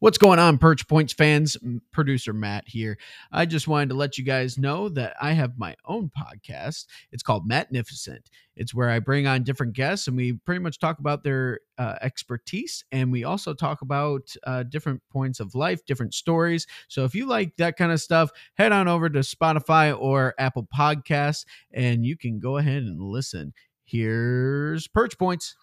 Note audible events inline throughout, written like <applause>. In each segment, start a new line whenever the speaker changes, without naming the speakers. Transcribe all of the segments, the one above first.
What's going on, Perch Points fans? M- Producer Matt here. I just wanted to let you guys know that I have my own podcast. It's called Magnificent. It's where I bring on different guests and we pretty much talk about their uh, expertise and we also talk about uh, different points of life, different stories. So if you like that kind of stuff, head on over to Spotify or Apple Podcasts and you can go ahead and listen. Here's Perch Points.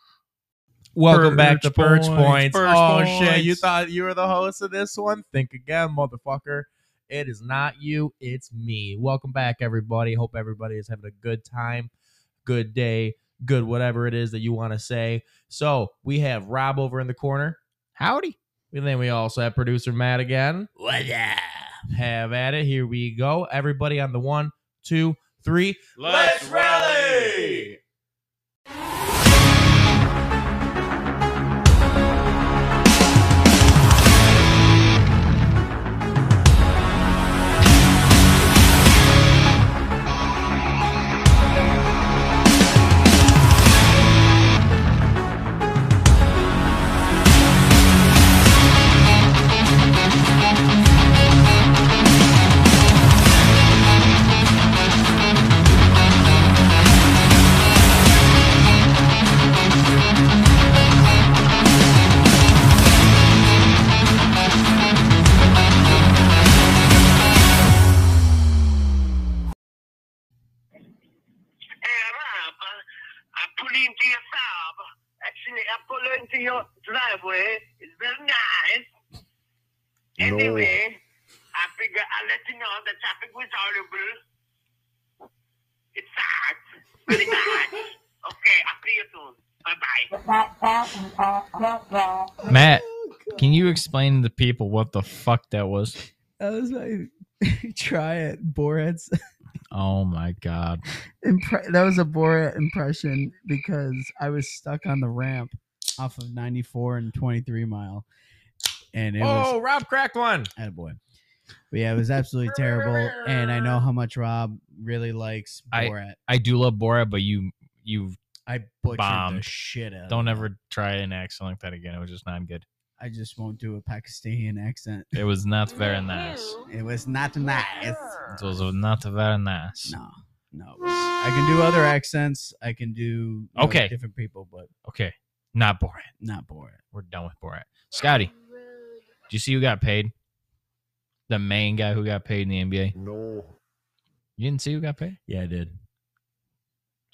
Welcome back to
Perch
Perch Points.
Points. Perch
oh
Points.
shit, you thought you were the host of this one? Think again, motherfucker. It is not you, it's me. Welcome back, everybody. Hope everybody is having a good time, good day, good whatever it is that you want to say. So we have Rob over in the corner. Howdy. And then we also have producer Matt again. What up? Have at it. Here we go. Everybody on the one, two, three.
Let's rally!
Rob, I pull into your farm. Actually, I pull into your driveway. It's very nice. Anyway, I figure I'll let you know the traffic was horrible. It sucks. Very much. Okay, I'll see you soon. Bye-bye.
Matt,
Oh,
can you explain to people what the fuck that was?
That was my <laughs> try it Borat's
Oh my god.
impre- that was a Borat impression because I was stuck on the ramp off of 94 and 23 mile and it was
Oh, Rob cracked one.
attaboy. But yeah, it was absolutely terrible and I know how much Rob really likes
I-
Borat.
I do love Borat, but you you
I, butchered the
bombed.
shit out. of
don't
it.
ever try an accent like that again. It was just not good.
I just won't do a Pakistani accent.
It was not very nice.
It was not nice.
It was not very nice.
No. No. it was- I can do other accents. I can do you know,
Okay.
different people, but
Okay, not Borat.
not Borat.
We're done with Borat. Scotty, do you see who got paid? The main guy who got paid in the NBA.
No.
You didn't see who got paid?
Yeah, I did.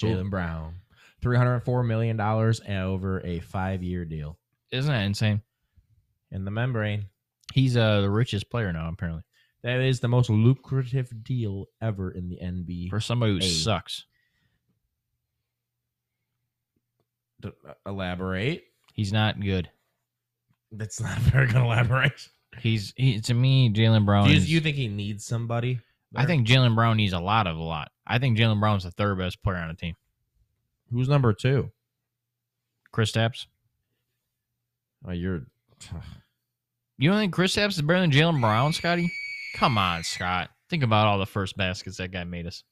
Who?
Jalen Brown, three hundred four million dollars over a five-year deal
Isn't that insane?
in the membrane.
He's uh the richest player now apparently
That is the most lucrative deal ever in the NBA.
for somebody who
Hey.
sucks.
D- elaborate.
He's not good.
That's not <laughs> a very good elaboration.
He's he, to me Jalen Brown.
Do you,
is-
you think he needs somebody?
Oh, I think Jalen Brown needs a lot of a lot. I think Jalen Brown's the third best player on the team.
who's number two?
Chris Stapps.
Oh, you're. <sighs>
You don't think Chris Stapps is better than Jalen Brown, Scotty? Come on, Scott. Think about all the first baskets that guy made us.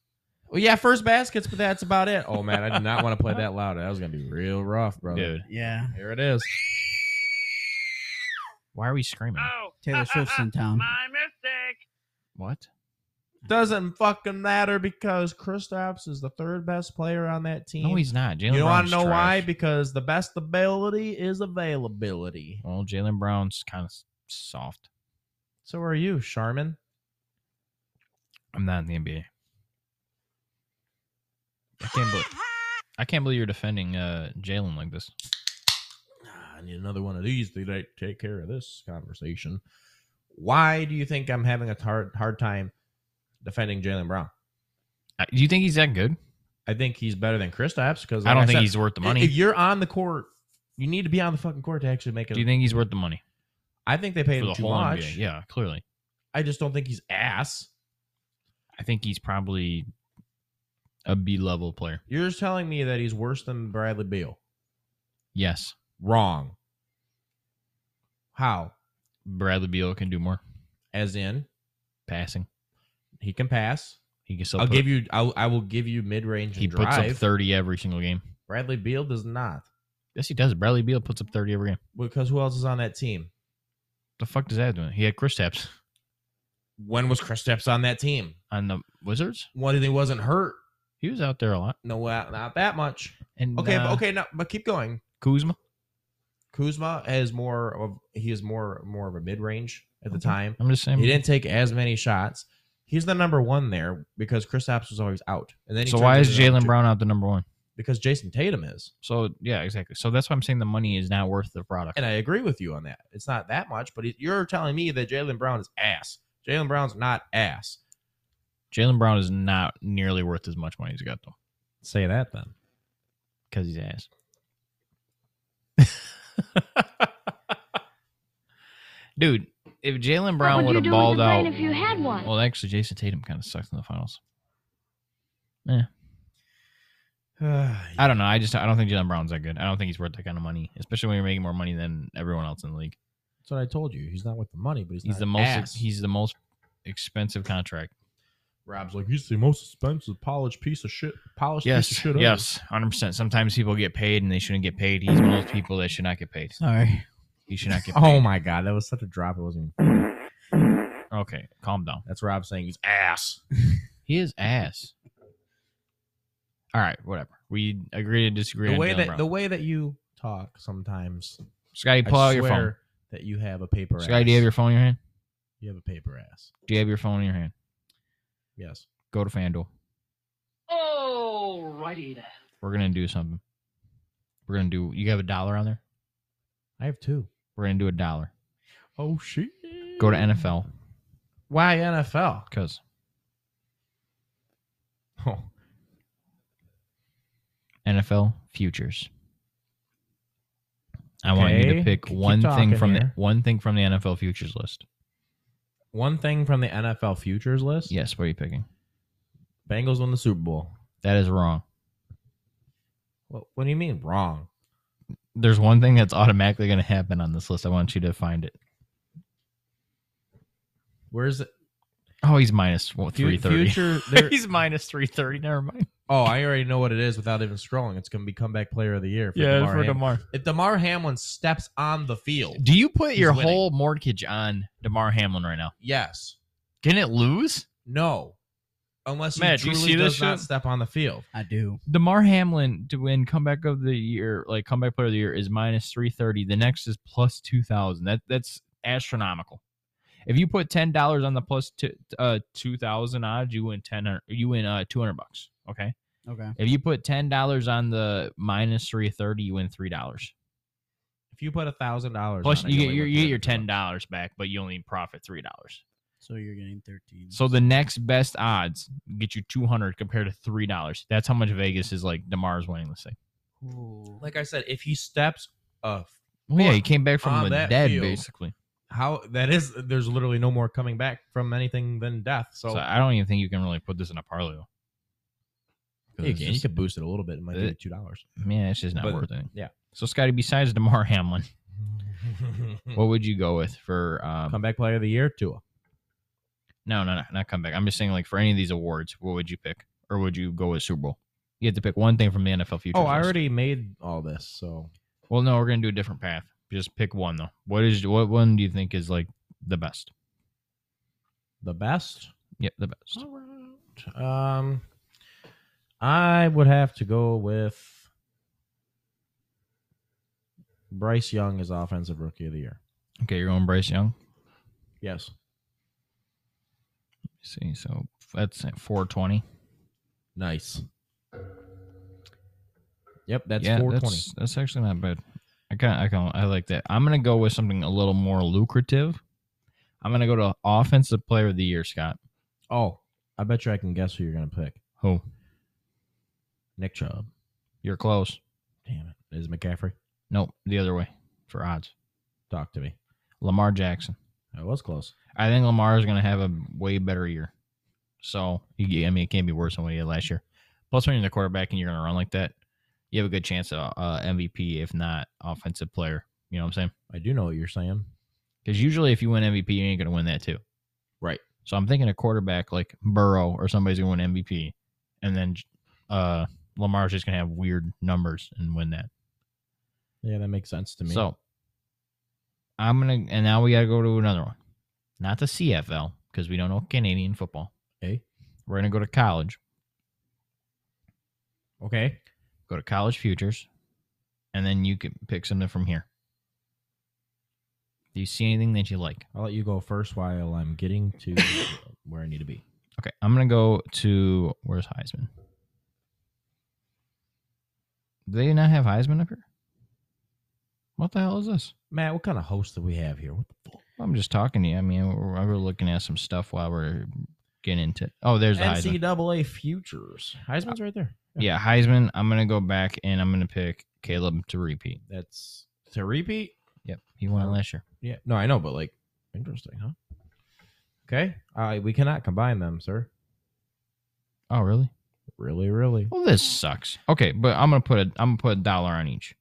Well, yeah, first baskets, but that's about it. Oh man, I did not want to play that loud. That was gonna be real rough, brother.
Dude,
Yeah.
Here it is.
why are we screaming?
Oh, <laughs>
Taylor Swift's in town.
uh, My mistake.
What?
Doesn't fucking matter because Kristaps is the third best player on that team.
No, he's not. Jalen
you want
Brown's
to know why?
trash.
Because the best ability is availability.
Well, Jalen Brown's kind of soft.
So are you, Charmin?
I'm not in the NBA. I can't believe I can't believe you're defending uh, Jalen like this.
Ah, I need another one of these to like, take care of this conversation. Why do you think I'm having a hard hard time defending Jalen Brown?
Uh, Do you think he's that good?
I think he's better than Kristaps because
I don't think
said,
he's worth the money.
If you're on the court, you need to be on the fucking court to actually make it.
Do you think he's worth the money
I think they paid
for
him
the
too
whole
much.
NBA? Yeah, clearly.
I just don't think he's ass.
I think he's probably a B level player.
You're just telling me that he's worse than Bradley Beal.
Yes,
Wrong. How?
Bradley Beal can do more
As in,
passing.
he can pass.
He can still.
I'll
put-
give you. I'll, I will give you mid range.
He puts
drive.
up thirty every single game.
Bradley Beal does not
Yes, he does. Bradley Beal puts up thirty every game.
because who else is on that team?
The fuck does that do? He had Chris Tapps
When was Chris Steps on that team?
on the Wizards.
When he wasn't hurt.
He was out there a lot.
No, uh, not that much.
And
Okay,
uh,
but okay, no, but keep going.
Kuzma.
Kuzma is more of he is more more of a mid range at the time.
I'm just saying.
He didn't take as many shots. He's the number one there because Chris Apps was always out. And then he
So
turned
why is
into the number
Jalen
two.
Brown out the number one?
Because Jason Tatum is.
So yeah, exactly. So that's why I'm saying the money is not worth the product.
And I agree with you on that. It's not that much, but he- you're telling me that Jalen Brown is ass. Jalen Brown's not ass.
Jalen Brown is not nearly worth as much money as he got though,
Say that <sighs> then.
because he's ass. <laughs> Dude, if Jalen Brown
what
would have
would you do with
balled
your
out,
brain if you had one?
well, actually, Jason Tatum kind of sucks in the finals. I don't know. I just I don't think Jalen Brown's that good. I don't think he's worth that kind of money, especially when you're making more money than everyone else in the league.
That's what I told you. He's not with the money, but he's,
He's
not
the most
ass.
he's the most expensive contract.
Rob's like he's the most expensive polished piece of shit. <laughs> Polished piece of
Yes,
shit. ever."
yes, hundred percent. Sometimes people get paid and they shouldn't get paid. He's one of those people that should not get paid.
Sorry.
He should not get
<laughs>
paid.
Oh my god, that was such a drop. It wasn't. Even,
Okay, calm down.
that's Rob saying he's ass.
He is ass. All right, whatever. We agree to disagree.
the
on
way
Jaylen
that
Brown.
the way that you talk sometimes.
Scotty, pull
I
out your phone.
swear That you have a paper.
Scotty,
ass.
do you have your phone in your hand?
You have a paper ass.
Do you have your phone in your hand?
Yes.
Go to FanDuel.
Alrighty then.
We're gonna do something. We're gonna do. You have a dollar on there.
I have two.
We're gonna do a dollar.
Oh shit.
Go to NFL
Why NFL?
because
Oh,
NFL futures. I want you to
Okay,
pick
keep
one thing
talking
from
here.
the one thing from the NFL futures list.
one thing from the NFL futures list.
Yes, what are you picking?
Bengals won the Super Bowl.
That is wrong.
What, what do you mean wrong?
There's one thing that's automatically going to happen on this list. I want you to find it.
Where's it?
Oh, he's minus
Fu-
three thirty.
Future. there-
<laughs> he's minus three thirty. Never mind.
oh, I already know what it is without even scrolling. It's gonna be comeback player of the year. For DeMar Hamlin.
Demar.
If Demar Hamlin steps on the field,
Do you put
He's
your
winning.
whole mortgage on Demar Hamlin right now?
yes,
Can it lose?
no, unless he
Matt, do you
truly
see
does
this
not
shit?
step on the field.
I do.
Demar Hamlin to win comeback of the year, like comeback player of the year, is minus three thirty. The next is plus two thousand. That that's astronomical. If you put ten dollars on the plus two uh, two thousand odds, you win ten. You win uh, two hundred bucks. Okay.
Okay.
If you put ten dollars on the minus three thirty, you win three dollars.
If you put a thousand dollars,
Plus, you get your you get your ten dollars back, but you only profit three dollars.
So you're getting 13.
So the next best odds get you two hundred compared to three dollars. That's how much Vegas is like. Demar's winning this thing.
Like I said, if he steps, uh,
Well, yeah,
Or
he came back
on
from the
that
dead
field.
basically.
how that is, there's literally no more coming back from anything than death. So,
So I don't even think you can really put this in a parlay. though. 'Cause
you
it's
can, you
just-
could boost it a little bit. It might
Uh,
be two
<laughs>
dollars.
man, it's just not
but-
worth it.
yeah.
So Scotty, besides
<laughs>
Demar <laughs> Hamlin, what would you go with for? Um,
comeback player of the year, Tua.
no, no, no, not comeback. I'm just saying, like for any of these awards, what would you pick, or would you go with Super Bowl? You have to pick one thing from the NFL future.
Oh, I already made all this. So
Well, no, we're gonna do a different path. Just pick one though. What is what one do you think is like the best?
the best.
Yep, the best.
Um, I would have to go with Bryce Young as offensive rookie of the year.
Okay, you're going Bryce Young.
Yes.
see, so that's at 420.
Nice. Yep, that's
yeah,
420.
That's, that's actually not bad. I kind I kind I like that. I'm gonna go with something a little more lucrative. I'm gonna go to offensive player of the year, Scott.
Oh, I bet you I can guess who you're going to pick.
Who?
Nick Chubb.
You're close.
Damn it. Is it McCaffrey?
Nope, the other way for odds.
Talk to me.
Lamar Jackson.
I was close.
I think Lamar is gonna have a way better year. So he- I mean, it can't be worse than what he had last year. Plus, when you're the quarterback and you're gonna run like that, you have a good chance of uh, MVP, if not offensive player. You know what I'm saying?
I do know what you're saying.
Because usually, if you win MVP, you ain't gonna win that too.
Right.
So I'm thinking a quarterback like Burrow or somebody's gonna win MVP, and then uh, Lamar's just gonna have weird numbers and win that.
Yeah, that makes sense to me.
So I'm gonna and now we gotta go to another one. Not the CFL, because we don't know Canadian football.
Okay.
We're gonna go to college.
Okay.
Go to college futures. And then you can pick something from here. Do you see anything that you like?
I'll let you go first while I'm getting
<laughs>
to where I need to be.
Okay, I'm gonna go to where's Heisman? Do they not have Heisman up here? What the hell is this?
Matt, what kind of host do we have here? What the fuck?
I'm just talking to you. I mean, we're, we're looking at some stuff while we're getting into. Oh, there's the Heisman.
NCAA futures. Heisman's right there.
Yeah, Heisman. I'm gonna go back and I'm gonna pick Caleb to repeat.
That's to repeat.
Yep, he won it last year.
Yeah. No, I know, but like, interesting, huh? Okay. Uh, we cannot combine them, sir.
Oh, really?
Really, really.
Well, this sucks. Okay, but I'm gonna put a I'm gonna put a dollar on each.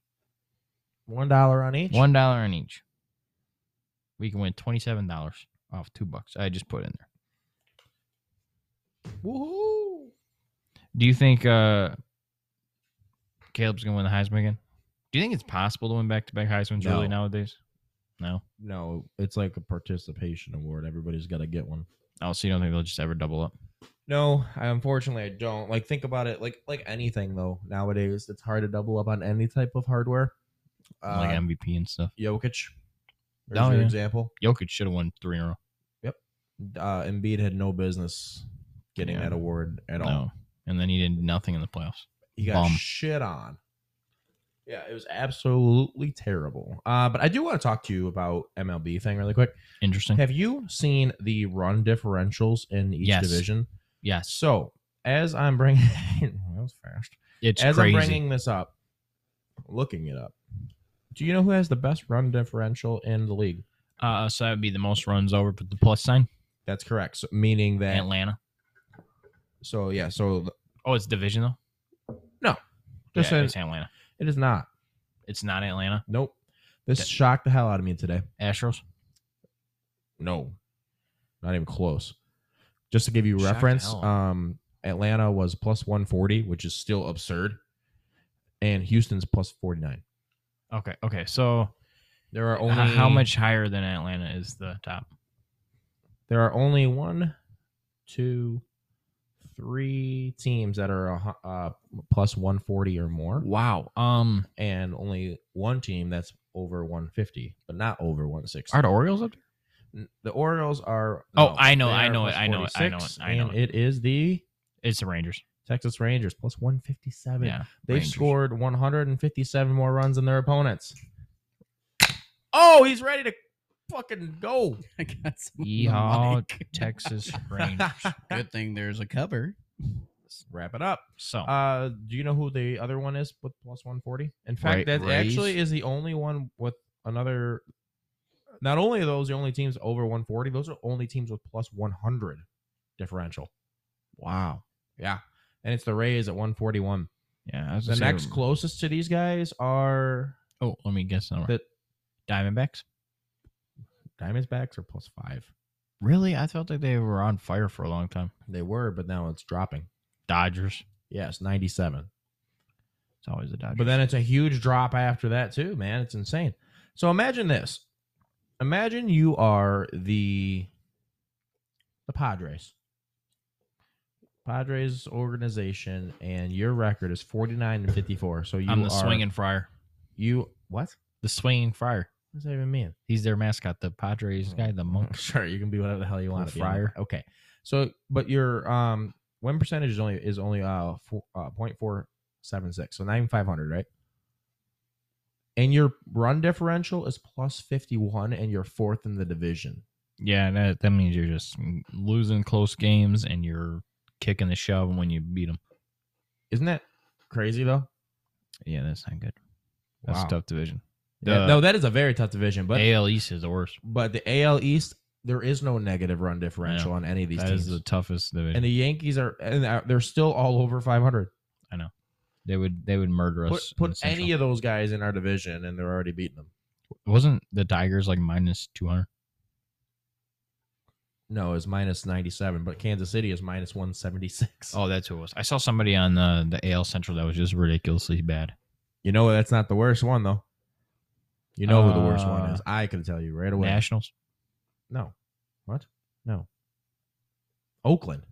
One dollar on each.
One dollar on each. We can win twenty seven dollars off two bucks. I just put in there.
Woohoo!
Do you think uh Caleb's gonna win the Heisman again? Do you think it's possible to win back to back Heisman's
No.
really nowadays? No.
No, it's like a participation award. Everybody's got to get one.
Oh, so you don't think they'll just ever double up?
No, I, unfortunately, I don't. Like, think about it. Like, like anything though. Nowadays, it's hard to double up on any type of hardware. Uh,
like MVP and stuff.
Jokic. There's
Oh,
your
yeah.
example.
Jokic should have won three in a row.
Uh, Embiid had no business getting
Yeah.
that award at all.
No. And then he did nothing in the playoffs.
He got
Bum.
shit on. Yeah, it was absolutely terrible. Uh, but I do want to talk to you about MLB thing really quick.
Interesting.
Have you seen the run differentials in each
Yes.
division?
Yes.
So as I'm bringing, <laughs> that was fast.
It's
as
crazy.
I'm bringing this up, looking it up. Do you know who has the best run differential in the league?
uh, so that would be the most runs over with the plus sign.
That's correct. So, meaning that.
Atlanta.
So yeah. So
Oh, it's division though.
just
yeah,
an-
it's Atlanta.
it is not.
It's not Atlanta.
Nope. This
Okay.
shocked the hell out of me today.
Astros.
No, not even close. Just to give you
Shocked the
reference,
hell.
um, Atlanta was plus 140, which is still absurd, and Houston's plus 49.
Okay. Okay. So
There are
h-
only
how much higher than Atlanta is the top?
There are only one, two, three teams that are a hu- uh, plus 140 or more,
Wow. Um,
and only one team that's over 150, but not over 160.
are the Orioles up there?
N- the Orioles are.
Oh,
no,
I know,
they
I
are
know it,
plus
I know it, I know it,
46,
I know
and it is the
It's the Rangers.
Texas Rangers plus 157.
Yeah.
They've <laughs>
Rangers.
scored 157 more runs than their opponents. Oh, he's ready to fucking go.
<laughs> I got some on the
Yeehaw,
mic.
<laughs>
Texas <laughs> Rangers.
<laughs> Good thing there's a cover.
Wrap it up.
So
Uh, do you know who the other one is with plus 140? In fact,
Right,
that
Rays.
actually is the only one with another. Not only are those the only teams over 140, those are only teams with plus 100 differential. Wow. Yeah. And it's the Rays at 141.
yeah, I was
The
gonna say-
next closest to these guys are
Oh, let me guess. Number.
The-
Diamondbacks.
Diamondbacks are plus five.
Really, I felt like they were on fire for a long time.
They were, but now it's dropping.
Dodgers.
Yes, 97.
It's always the Dodgers.
But then it's a huge drop after that, too, man. It's insane. So imagine this. Imagine you are the the Padres. Padres organization and your record is 49 and 54. So you
I'm the
are
swinging friar.
you what?
The swinging friar.
What does that even mean?
He's their mascot. The Padres guy, the
<laughs>
monk.
Sure, you can be whatever the hell you
Or
want. to be.
fryer.
Okay. So, but your um win percentage is only is only uh, four, uh 0.476, so not even 500, right? And your run differential is plus 51, and you're fourth in the division.
Yeah, that that means you're just losing close games and you're kicking the shove when you beat them.
Isn't that crazy though?
Yeah, that's not good. That's
Wow.
a tough division.
Yeah,
The
no, that is a very tough division, but
AL East is the worst.
but the AL East there is no negative run differential
Yeah,
on any of these
That
teams.
is the toughest division.
and the Yankees are and are- they're still all over 500.
they would they would murder
Put,
us.
put any of those guys in our division, and they're already beating them.
wasn't the Tigers like minus two hundred?
No, it's minus 97, but Kansas City is minus 176.
Oh, that's who it was. I saw somebody on the the AL Central that was just ridiculously bad.
You know, that's not the worst one, though. You know who the worst one
Uh,
is. I can tell you right away.
Nationals.
No. What? No. Oakland.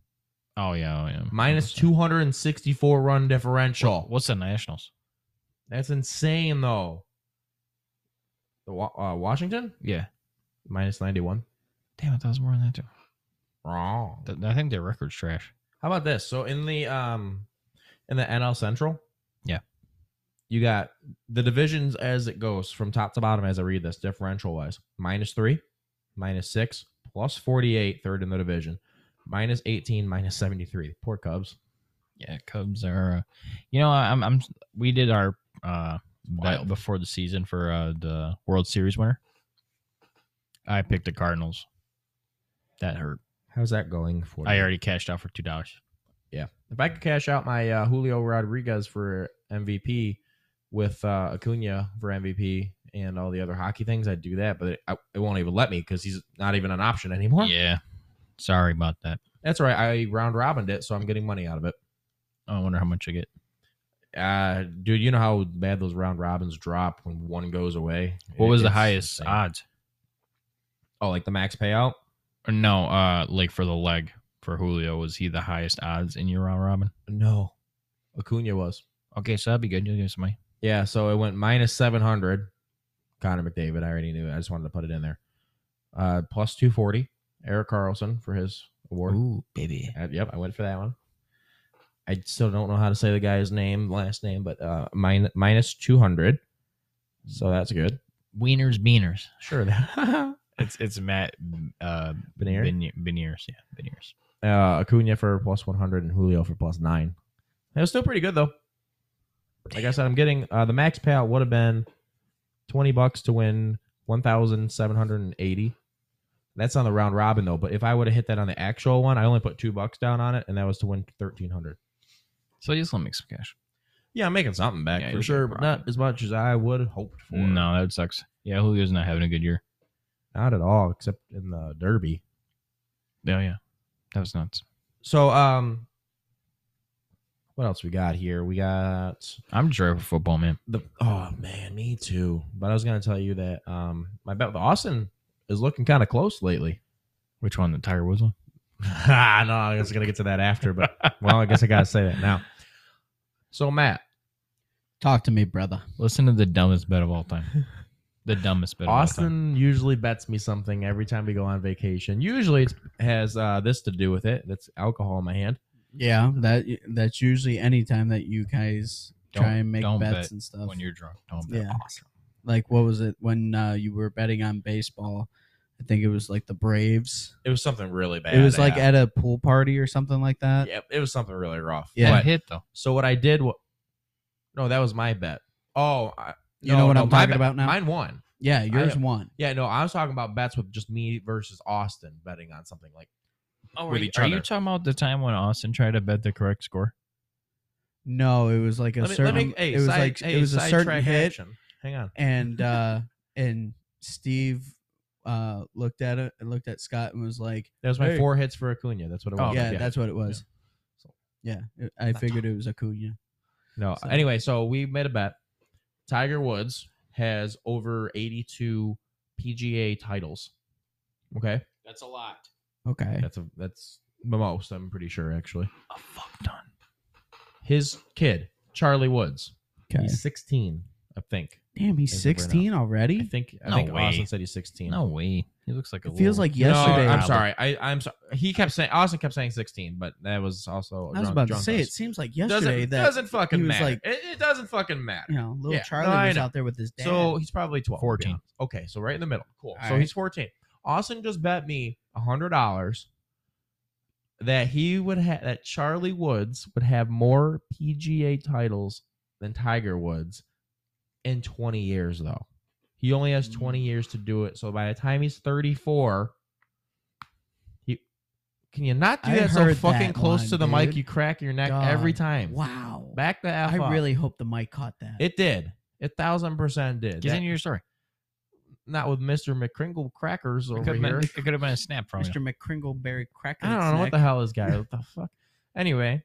Oh yeah, oh, yeah.
Minus
100%.
264 run differential.
What's the Nationals?
That's insane, though. The Wa- uh, Washington?
Yeah.
Minus 91.
Damn it, that was more than that too.
Wrong.
Th- I think their record's trash.
How about this? So in the um in the NL Central,
Yeah.
You got the divisions as it goes from top to bottom as I read this differential wise. Minus 3, minus 6, plus 48 third in the division. Minus 18, minus 73. Poor Cubs.
Yeah, Cubs are. Uh, you know, I'm. I'm. We did our uh bet
Wild.
before the season for uh the World Series winner. I picked the Cardinals. That hurt.
How's that going for
I
you?
already cashed out for two dollars.
If I could cash out my uh, Julio Rodriguez for MVP with uh, Acuna for MVP and all the other hockey things, I'd do that. But it, I, it won't even let me because he's not even an option anymore.
Yeah. Sorry about that.
That's right. I round robined it, so I'm getting money out of it.
I wonder how much I get.
Uh, dude, you know how bad those round robins drop when one goes away.
What
It-
was the
it's
highest
insane.
odds?
Oh, like the max payout.
Or no, uh, like for the leg for Julio, was he the highest odds in your round robin?
No, Acuna was.
Okay, so that'd be good. You'll give some money.
Yeah, so it went minus 700. Connor McDavid, I already knew. it. I just wanted to put it in there. Uh, plus 240. Eric Carlson for his award.
Ooh, baby. <laughs>
Uh, yep, I went for that one. I still don't know how to say the guy's name, last name, but uh, min- minus 200. So that's good.
Wieners, beaners.
Sure.
It's it's Matt uh
Beneer?
Bene- Beneers, yeah, Beneers.
uh, Acuna for plus 100 and Julio for plus 9. That was still pretty good, though. Like I said, I'm getting uh, the max payout would have been 20 bucks to win 1,780. That's on the round robin, though. But if I would have hit that on the actual one, I only put two bucks down on it, and that was to win 1,300.
So you just want to make some cash.
Yeah, I'm making something back
Yeah,
for
you're
sure,
making
but not
profit.
as much as I would have hoped for.
No, that sucks. Yeah, Julio's not having a good year.
Not at all, except in the Derby.
Oh yeah. That was nuts.
So, um, what else we got here? We got
I'm just ready for football, man.
the oh man, me too. But I was gonna tell you that um my bet with Austin is looking kind of close lately. <laughs>
Which one? The Tiger Woods one?
Ah, no, I was gonna get to that after, but well, I guess I gotta say that now. So Matt,
Talk to me, brother.
Listen to the dumbest bet of all
<laughs>
time. The dumbest bet of all time.
Austin usually bets me something every time we go on vacation. Usually it has uh, this to do with it. That's alcohol in my hand.
Yeah, that that's usually any time that you guys
Don't-
try and make
don't
bets
bet
and stuff.
When you're drunk. Don't bet
yeah, like what was it when uh, you were betting on baseball? I think it was like the Braves.
It was something really bad.
it was like
yeah.
at a pool party or something like that.
yeah, it was something really rough.
Yeah.
That
But-
hit though.
so what I did was no, that was my bet. Oh, I,
You know
no,
what
no,
I'm
my
talking
bet-
about now?
Mine won.
yeah, yours
I-
won.
Yeah, no, I was talking about bets with just me versus Austin betting on something like
Oh,
with
are, you,
each
are you
other.
talking about the time when Austin tried to bet the correct score?
No, it was like a
Let me- let
certain.
me- hey,
it was
side-
like
hey,
it was a certain
sidetrack
hit,
action. Hang on. <laughs>
and uh, and Steve uh, looked at it and looked at Scott and was like,
That was my
Hey.
four hits for Acuna. That's what it was.
Oh,
"Yeah, that's what it was."
So-
Yeah, it- I figured it was Acuna.
no.
so-
Anyway, so we made a bet. Tiger Woods has over eighty-two PGA titles. Okay,
That's a lot.
Okay,
that's a that's the most. I'm pretty sure actually.
A fuck ton.
His kid Charlie Woods.
okay.
He's sixteen, I think.
Damn, he's
Is it right now?
16
I
already.
think I
No
think
way.
Austin said he's sixteen.
No way. He looks like a.
It feels
little-
like yesterday.
No, I'm sorry. I, I'm sorry. He kept saying Austin kept saying 16, but that was also.
I was
drunk-
about to
drunk
say
us.
it seems like
Doesn't-
yesterday
doesn't,
that
fucking
he was
matter.
like-
it, it doesn't fucking matter.
you know little
Yeah,
Charlie
no, I
was
know.
out there with his dad.
So he's probably 12,
14.
yeah. Okay, so right in the middle. Cool.
All
so
right.
he's 14. Austin just bet me hundred dollars that he would have that Charlie Woods would have more PGA titles than Tiger Woods in 20 years, though. He only
Hmm.
has 20 years to do it. So by the time he's 34, he can you not do
I
that so
heard
fucking
that
close
one,
to the mic?
dude.
You crack your neck every
God.
time.
wow.
Back the F
I
up.
really hope the mic caught that.
It did. It thousand percent did. That-
Continue your story.
not with Mister McCringle crackers
It
over
could, have
here.
been, it could have been a snap from you.
Mr. McCringle Berry Cracker.
I don't know what the hell this guy.
<laughs>
What the fuck? Anyway,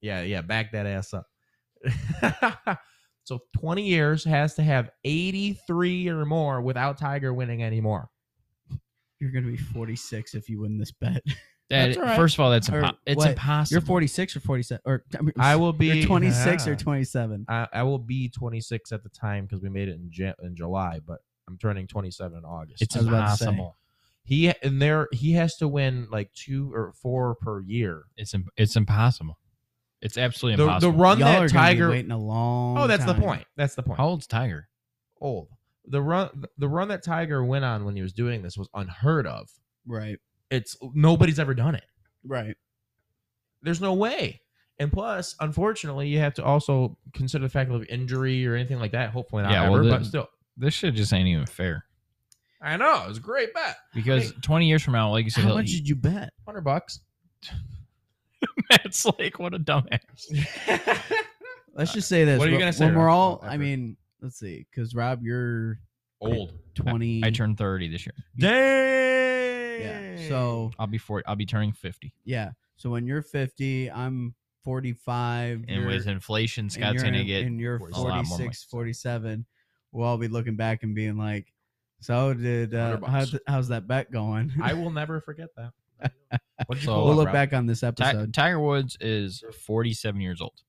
yeah, yeah, back that ass up. <laughs> So 20 years has to have 83 or more without Tiger winning anymore.
You're gonna be 46 if you win this bet.
That,
That's all right.
First of all, that's
Or
impo- it's
what?
impossible.
You're 46 or 47 or I, mean,
I will be
you're 26
Yeah.
or 27.
I, I will be 26 at the time because we made it in Jan- in July, but I'm turning 27 in August. Uh,
It's
I was about to say.
impossible.
he and there he has to win like two or four per year.
It's im- it's impossible. It's absolutely
The, the
impossible.
run
Y'all are
that Tiger.
gonna be waiting a long.
Oh, that's the
time.
point. That's the point.
How old's Tiger?
old. The run the run that Tiger went on when he was doing this was unheard of.
Right.
It's nobody's ever done it.
Right.
There's no way. And plus, unfortunately, you have to also consider the fact of injury or anything like that. Hopefully not
Yeah, well,
ever,
the-
but still.
This shit just ain't even fair.
I know. It was a great bet.
Because
Hey.
20 years from now, like you said,
How
he'll-
much did you bet?
100 bucks.
<laughs> Matt's like, what a dumbass.
Let's just say this.
Uh, what are you
Wh-
gonna say,
When we're
Rob?
all,
After-
I mean, let's see, because Rob, you're
Old.
20.
I turned 30 this year.
Dang.
Yeah. So
I'll be 40. I'll be turning 50.
yeah. So when you're 50, I'm 45.
And
you're-
with inflation, Scott's
you're
going to
in-
get
and you're
a lot more money.
46, 47. We'll all be looking back and being like, so did uh,
100
how,
bucks.
how's that bet going?
<laughs> I will never forget that. What did you
So-
<laughs>
pull
we'll
up,
look
Rob?
back on this
Ti-
episode.
Tiger Woods is 47 years old.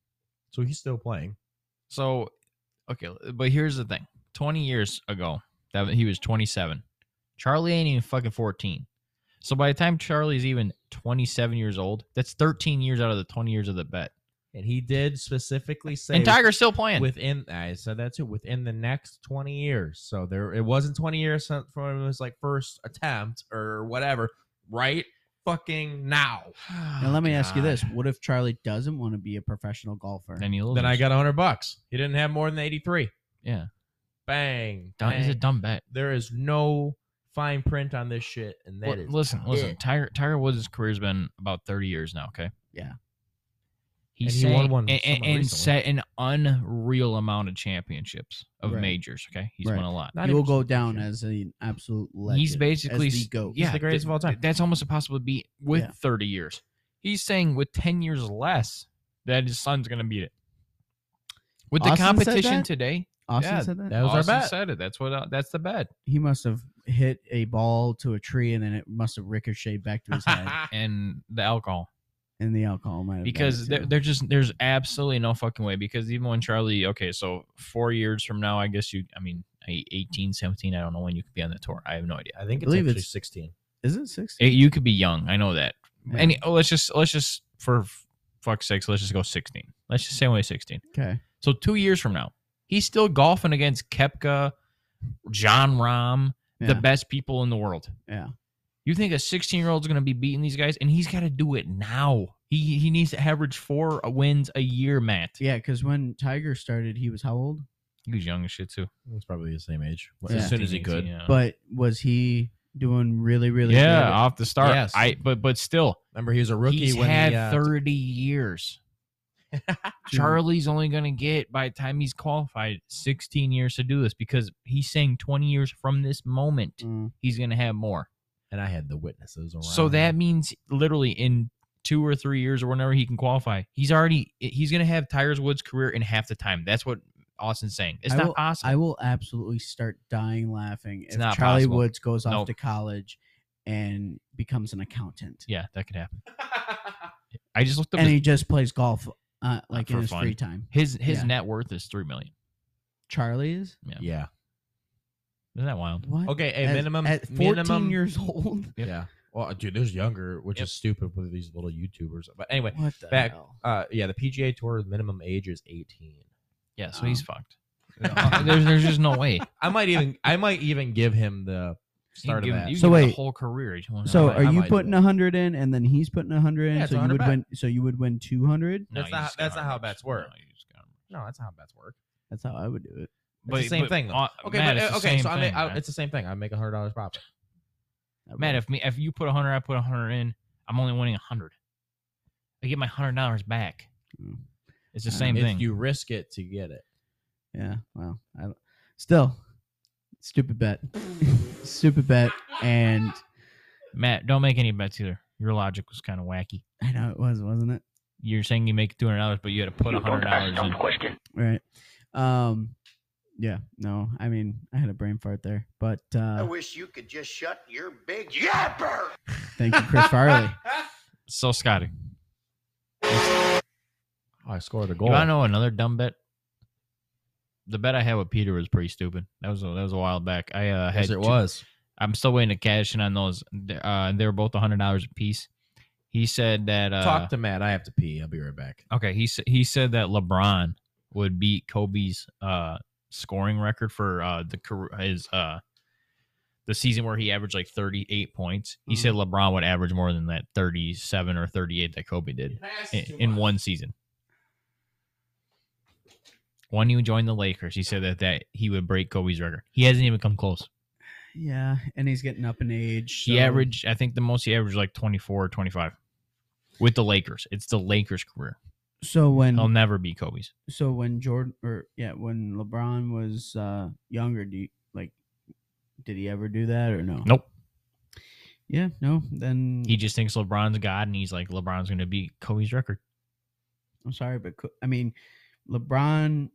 So he's still playing.
So, okay, but here's the thing 20 years ago, that he was 27. Charlie ain't even fucking 14. So by the time Charlie's even 27 years old, that's 13 years out of the 20 years of the bet.
And he did specifically say
and Tiger's still playing.
within I said that too within the next 20 years. So there it wasn't 20 years since- from his like first attempt or whatever, right? Fucking now. Oh,
Now let me ask you this: What if Charlie doesn't want to be a professional golfer?
Then, he
Then I
loses.
got 100 bucks. He didn't have more than 83.
Yeah.
Bang.
Dumb- It's a
bang.
dumb bet.
there is no fine print on this shit and that
Well,
is
listen,
<laughs>
listen.
it.
Tiger Tiger Woods' career's been about thirty years now. Okay.
Yeah.
He,
And he
sang,
won one
and, and-
somewhat
and
recently.
set an unreal amount of championships of
Right.
majors. Okay, he's
Right.
won a lot.
Not
you will
even-
go down as an absolute legend.
he's basically
as the
s-
goat.
Yeah,
the greatest
th-
of all time.
th- That's almost impossible to beat with
Yeah.
thirty years. He's saying with ten years less that his son's gonna beat it. With the
Austin said
competition
that?
today,
Austin
Yeah,
said that.
That was our
Austin
bet.
Said it. That's what. Uh, that's the bet.
he must have hit a ball to a tree and then it must have ricocheted back to his
<laughs>
head.
And the alcohol.
and the alcohol might have done it,
because there,
too.
there's just there's absolutely no fucking way because even when charlie okay so four years from now i guess you i mean I- 18 17 i don't know when you could be on the tour i have no idea
I think it's
Believe
actually
it's-
16.
is it six?
It- you could be young i know that
Yeah.
and oh, let's just let's just for f- fuck's sakes let's just go 16 let's just say only 16
okay.
so two years from now he's still golfing against kepka john rahm the
Yeah.
best people in the world
Yeah.
you think a 16 year old's going to be beating these guys and he's got to do it now he he needs to average four wins a year matt
Yeah, because when Tiger started, he was how old?
Uh-huh.
He was young as shit too.
He's probably the same age.
Yeah.
As soon as he could.
Yeah,
But was he doing really, really
yeah
good?
off the start.
Yes.
I but but still,
Remember, he was a rookie
he's
when
had
he, uh,
<laughs>
thirty years. Charlie's only gonna get by the time he's qualified sixteen years to do this because he's saying twenty years from this moment
Mm,
he's gonna have more.
and I had the witnesses around.
So that means literally in two or three years or whenever he can qualify, he's already he's gonna have Tiger Woods' career in half the time. That's what Austin's saying. It's
I
not
will-
possible.
I will absolutely start dying laughing
It's
if
not
Charlie
possible.
Woods goes off
Nope.
to college and becomes an accountant,
yeah, that
<laughs>
could happen. I just looked up
and
his
he just plays golf uh, like in
for
his
fun.
free time.
his, his
yeah.
net worth is three million.
Charlie's
yeah.
Isn't that wild?
what?
Okay, a
As-
minimum
at fourteen
minimum,
years old. <laughs>
Yep.
Yeah. Well, dude, there's younger, which
Yep.
is stupid with these little YouTubers. But anyway,
What the
back- <laughs>
hell?
uh, yeah, the PGA Tour minimum age is 18.
Yeah, so he's
Um,
fucked. Uh, there's, there's just no way.
<laughs> I might even, I might even give him the start of
You can give-
that.
You
So
so wait,
wait.
whole career. you wanna-
So
might-
are
I
you
might do
putting
that.
a hundred in, and then he's putting a hundred in?
Yeah, it's
so
a
you would
hundred
win. So you would win two hundred.
No,
That's
you
not-
just
that's
got
not how
hundreds.
bets work.
No, you just got hundreds.
no, that's not how bets work.
That's how I would do it.
It's the same thing. Though.
uh,
okay,
Matt,
but,
it's
uh,
the
okay,
same
so I
thing,
make, I,
man.
it's the same thing. I make a hundred dollars profit.
I
Matt,
would.
if me, if you put a hundred, I put a hundred in. I'm only winning a hundred. I get my hundred dollars back.
Mm.
It's the
Um,
same
if
thing.
you risk it to get it.
yeah, well, I, still, stupid bet, <laughs> stupid bet, and
Matt, don't make any bets either. Your logic was kind of wacky.
I know it was, wasn't it?
You're saying you make two hundred dollars, but you had to put a hundred dollars in.
Right. Um, yeah, no, I mean, I had a brain fart there, but uh,
wish you could just shut your big yapper.
thank you, Chris
<laughs>
Farley.
So Scotty,
Oh, I scored a
you
goal.
want to know another dumb bet? The bet I had with Peter was pretty stupid. That was a, that was a while back. I uh, had
Yes, it
two-
was.
I'm still waiting to cash in on those. Uh, they were both hundred dollars a piece. He said that. Uh,
Talk to Matt. I have to pee. I'll be right back.
Okay, he sa- he said that LeBron would beat Kobe's uh, scoring record for uh, the car- his uh, the season where he averaged like 38 points. He said LeBron would average more than that 37 or 38 that Kobe did i- in, one season. When he joined the Lakers, he said that that he would break Kobe's record. He hasn't even come close.
Yeah, and he's getting up in age.
He
so-
averaged, I think, the most he averaged like 24 or 25 with the Lakers. It's the Lakers' career.
Mm-hmm. So when
Oh,
He'll never be Kobe's.
so when Jordan or yeah, when LeBron was uh younger, do you, like did he ever do that or no?
Nope.
Yeah, no. Then
he just thinks LeBron's God, and he's like, LeBron's going to beat Kobe's record.
I'm sorry, but co- I mean, LeBron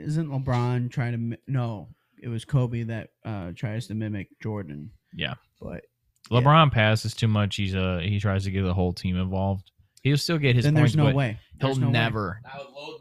isn't LeBron trying to mi- no. It was Kobe that uh tries to mimic Jordan.
Yeah.
but Yeah.
LeBron passes too much. He's uh he tries to get the whole team involved. He'll still get his
then
points,
there's no
but
way.
he'll
There's no way.
never,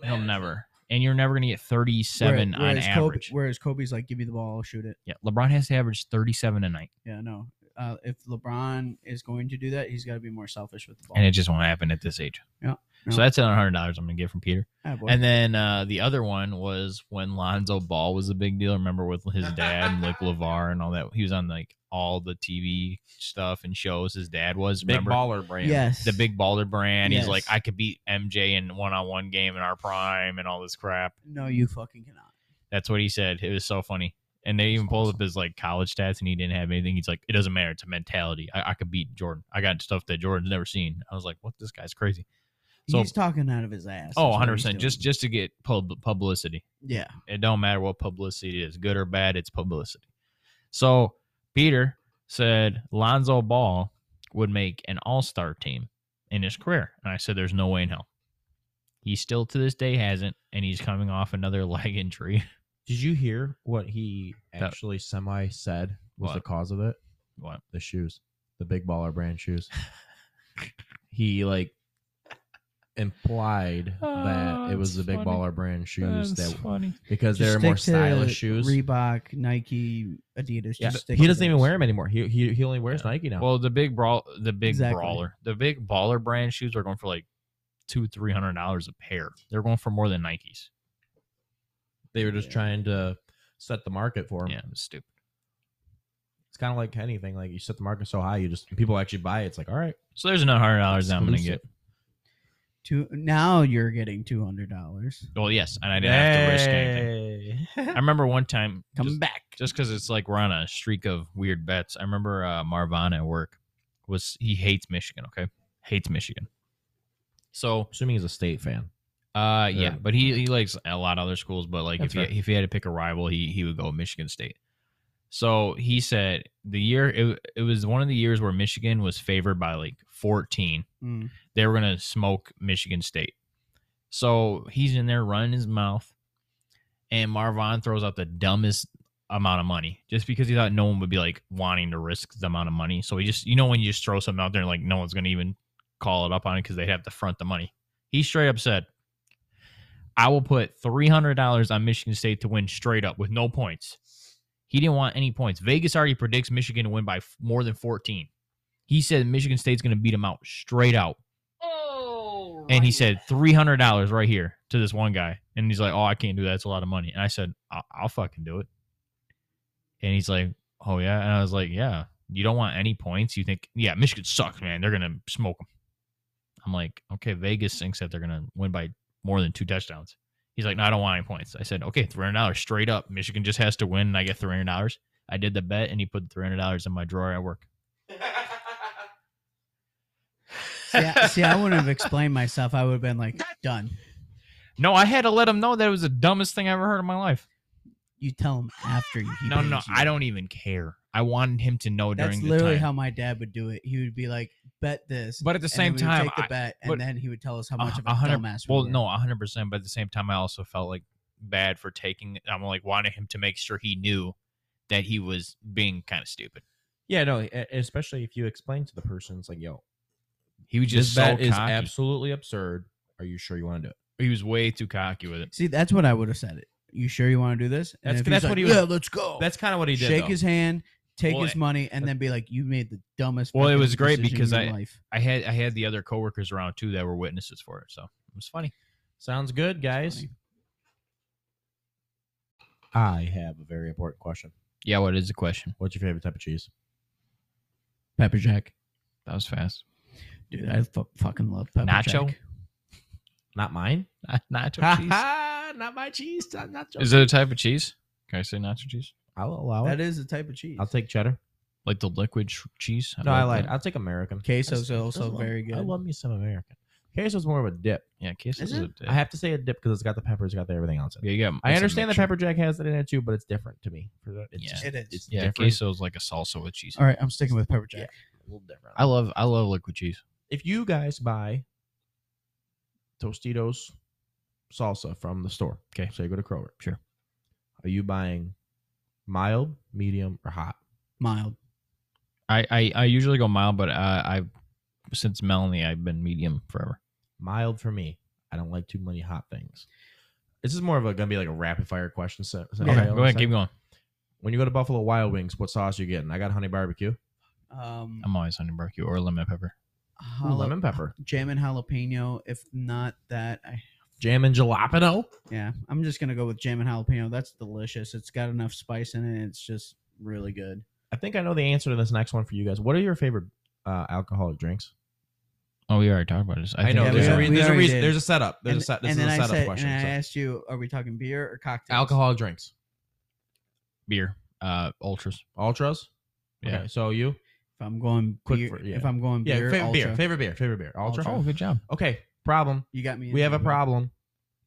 he'll never, and you're never going to get
Where-
37 on
whereas Kobe-
average.
whereas Kobe's like, give me the ball, I'll shoot it.
yeah, LeBron has to average 37 a night,
Yeah, no. Uh, if LeBron is going to do that, he's got to be more selfish with the ball.
and it just won't happen at this age.
Yeah, no.
So that's another hundred dollars I'm going to get from Peter.
Ah, boy.
And then uh, the other one was when Lonzo Ball was a big deal. Remember with his dad
<laughs>
and like Levar and all that. He was on like all the TV stuff and shows. His dad was.
Big
Remember?
baller brand.
yes,
the big baller brand. He's like,
Yes.
I could beat MJ in one on one game in our prime and all this crap.
No, you fucking cannot.
That's what he said. It was so funny. And they even pulled up his like college stats and he didn't have anything. He's like, it doesn't matter. It's a mentality. I, I could beat Jordan. I got stuff that Jordan's never seen. I was like, what? This guy's crazy. So-
he's talking out of his ass.
Oh,
is what
100
he's
percent.
doing.
Just just to get pub- publicity.
yeah.
It don't matter what publicity is, good or bad. It's publicity. So Peter said Lonzo Ball would make an All Star team in his career, and I said, "There's no way in hell." He still to this day hasn't, and he's coming off another <laughs> leg injury.
Did you hear what he
That-
actually semi said was the
What?
cause of it?
What?
The shoes, the big baller brand shoes. he like implied
Oh,
that it was the
that's
big
funny.
baller brand shoes that
funny.
because
Just
they're more
stick to
stylish shoes.
Reebok, Nike, Adidas.
yeah,
Just stick
he
to
doesn't even
those.
wear them anymore. He he, he only wears Nike now.
Well, the big brawl, the big
Exactly.
brawler, the big baller brand shoes are going for like two, three hundred dollars a pair. They're going for more than Nikes.
they were just trying to set the market for him.
Yeah, it's stupid.
It's kind of like anything. Like you set the market so high, you just people actually buy. It. It's like all right,
So there's another hundred dollars that I'm going to get.
Exclusive.
Two, now you're getting two hundred dollars.
Well, yes, and I didn't have to risk anything. <laughs> I remember one time,
Come
just,
back.
just because it's like we're on a streak of weird bets. I remember uh, Marvon at work was he hates Michigan. Okay, hates Michigan. So
Assuming he's a state fan.
uh, yeah,
Sure.
but he, he likes a lot of other schools, but like
That's
if
fair.
he, if he had to pick a rival, he he would go Michigan State. So he said the year it, it was one of the years where Michigan was favored by like 14.
Mm.
They were gonna smoke Michigan State. So he's in there running his mouth, and Marvon throws out the dumbest amount of money just because he thought no one would be like wanting to risk the amount of money. So he just you know when you just throw something out there and like no one's gonna even call it up on it because they have to front the money. He straight up said, I will put three hundred dollars on Michigan State to win straight up with no points. He didn't want any points. Vegas already predicts Michigan to win by f- more than fourteen. He said Michigan State's going to beat him out straight out. Oh. And he said three hundred dollars right here to this one guy, and he's like, "Oh, I can't do that. It's a lot of money." And I said, I'll, "I'll fucking do it." And he's like, "Oh yeah," and I was like, "Yeah." You don't want any points. You think, yeah, Michigan sucks, man. They're gonna smoke them. I'm like, okay, Vegas thinks that they're gonna win by more than two touchdowns. He's like, no, I don't want any points. I said, okay, three hundred dollars straight up. Michigan just has to win, and I get three hundred dollars. I did the bet, and he put three hundred dollars in my drawer at work.
See, I, see, I wouldn't have explained myself. I would have been like, done.
No, I had to let him know that it was the dumbest thing I ever heard in my life.
You tell him after you.
No, no, no, I don't even care. I wanted him to know
That's
during the
literally
time.
how my dad would do it. He would be like, bet this.
but at the
and then
same
we would
time,
take the
I-
bet, and
but-
then he would tell us how
a-
much of a
a hundred-
dumbass. we
well,
were.
no, hundred percent. But at the same time, I also felt like bad for taking. I'm like wanting him to make sure he knew that he was being kind of stupid.
Yeah, no, e- especially if you explain to the person, it's like, yo,
He was
this
just so
bet
cocky.
is absolutely absurd. Are you sure you want to do it?
he was way too cocky with it.
See, that's what I would have said. It. You sure you want to do this? And
That's-
if he's
that's
like,
what he was-
Yeah, let's go.
That's kind of what he did.
shake
though.
his hand, take
Well,
his money, and then be like, "You made the dumbest."
Well, it
fucking
was great
decision
because
in your
I-
life.
I had I had the other coworkers around too that were witnesses for it, so it was funny.
Sounds good, guys.
funny.
I have a very important question.
Yeah, what is the question?
What's your favorite type of cheese?
Pepper Jack,
That was fast.
dude, I fu- fucking love Pepper
Nacho?
Jack.
Not mine.
Not, <laughs> nacho cheese.
Ah, not my cheese. Not, not your-
Is it a type of cheese? Can I say nacho cheese?
I'll allow
That
it.
is a type of cheese.
I'll take cheddar.
Like the liquid sh- cheese?
No, I
like
lied.
that.
I'll take American.
Queso's
I
also
love-
very good.
I love me some American. Queso's more of a dip.
Yeah, queso
Is
is a
it?
dip.
I have to say a dip because it's got the peppers, it's got the everything else. In it.
yeah, you got-
I
it's a
understand that
mixture.
Pepper Jack has it in it too, but it's different to me. For that, it's
Yeah.
just-
It is.
It's
Yeah,
different.
queso is like a salsa with cheese.
All right, I'm sticking with Pepper Jack.
A little different.
I love I love liquid cheese.
if you guys buy Tostitos salsa from the store,
Okay.
so you go to Kroger,
Sure.
Are you buying mild, medium, or hot?
Mild.
I I, I usually go mild, but uh, I since Melanie I've been medium forever.
Mild for me. I don't like too many hot things. This is more of a gonna be like a rapid fire question. se-
Okay,
scenario.
go ahead, keep going.
When you go to Buffalo Wild Wings, what sauce are you getting? I got honey barbecue,
Um,
I'm always on barbecue or lemon pepper.
jala-
lemon pepper,
jam and jalapeno. If not that, I,
jam and jalapeno.
yeah, I'm just gonna go with jam and jalapeno. That's delicious. It's got enough spice in it. It's just really good.
I think I know the answer to this next one for you guys. What are your favorite uh, alcoholic drinks?
Oh, we already talked about this.
I, know
Yeah,
there's,
we
a,
al-
re-
we
there's a
already
reason.
did.
There's a setup. Therep. There's
and,
a set. This
and
is
then
a
I
setup
said,
question.
and I
so-
asked you, are we talking beer or cocktails?
Alcoholic drinks,
beer, uh, ultras.
ultras.
Yeah.
Okay, so you?
If I'm going
Quick
beer,
for- yeah.
if I'm going
Yeah.
beer,
favorite beer.
Ultra.
Favorite beer. Favorite beer. Ultra.
Ultra. Oh,
good job.
Okay. Problem.
You got me.
We have a
into it.
problem.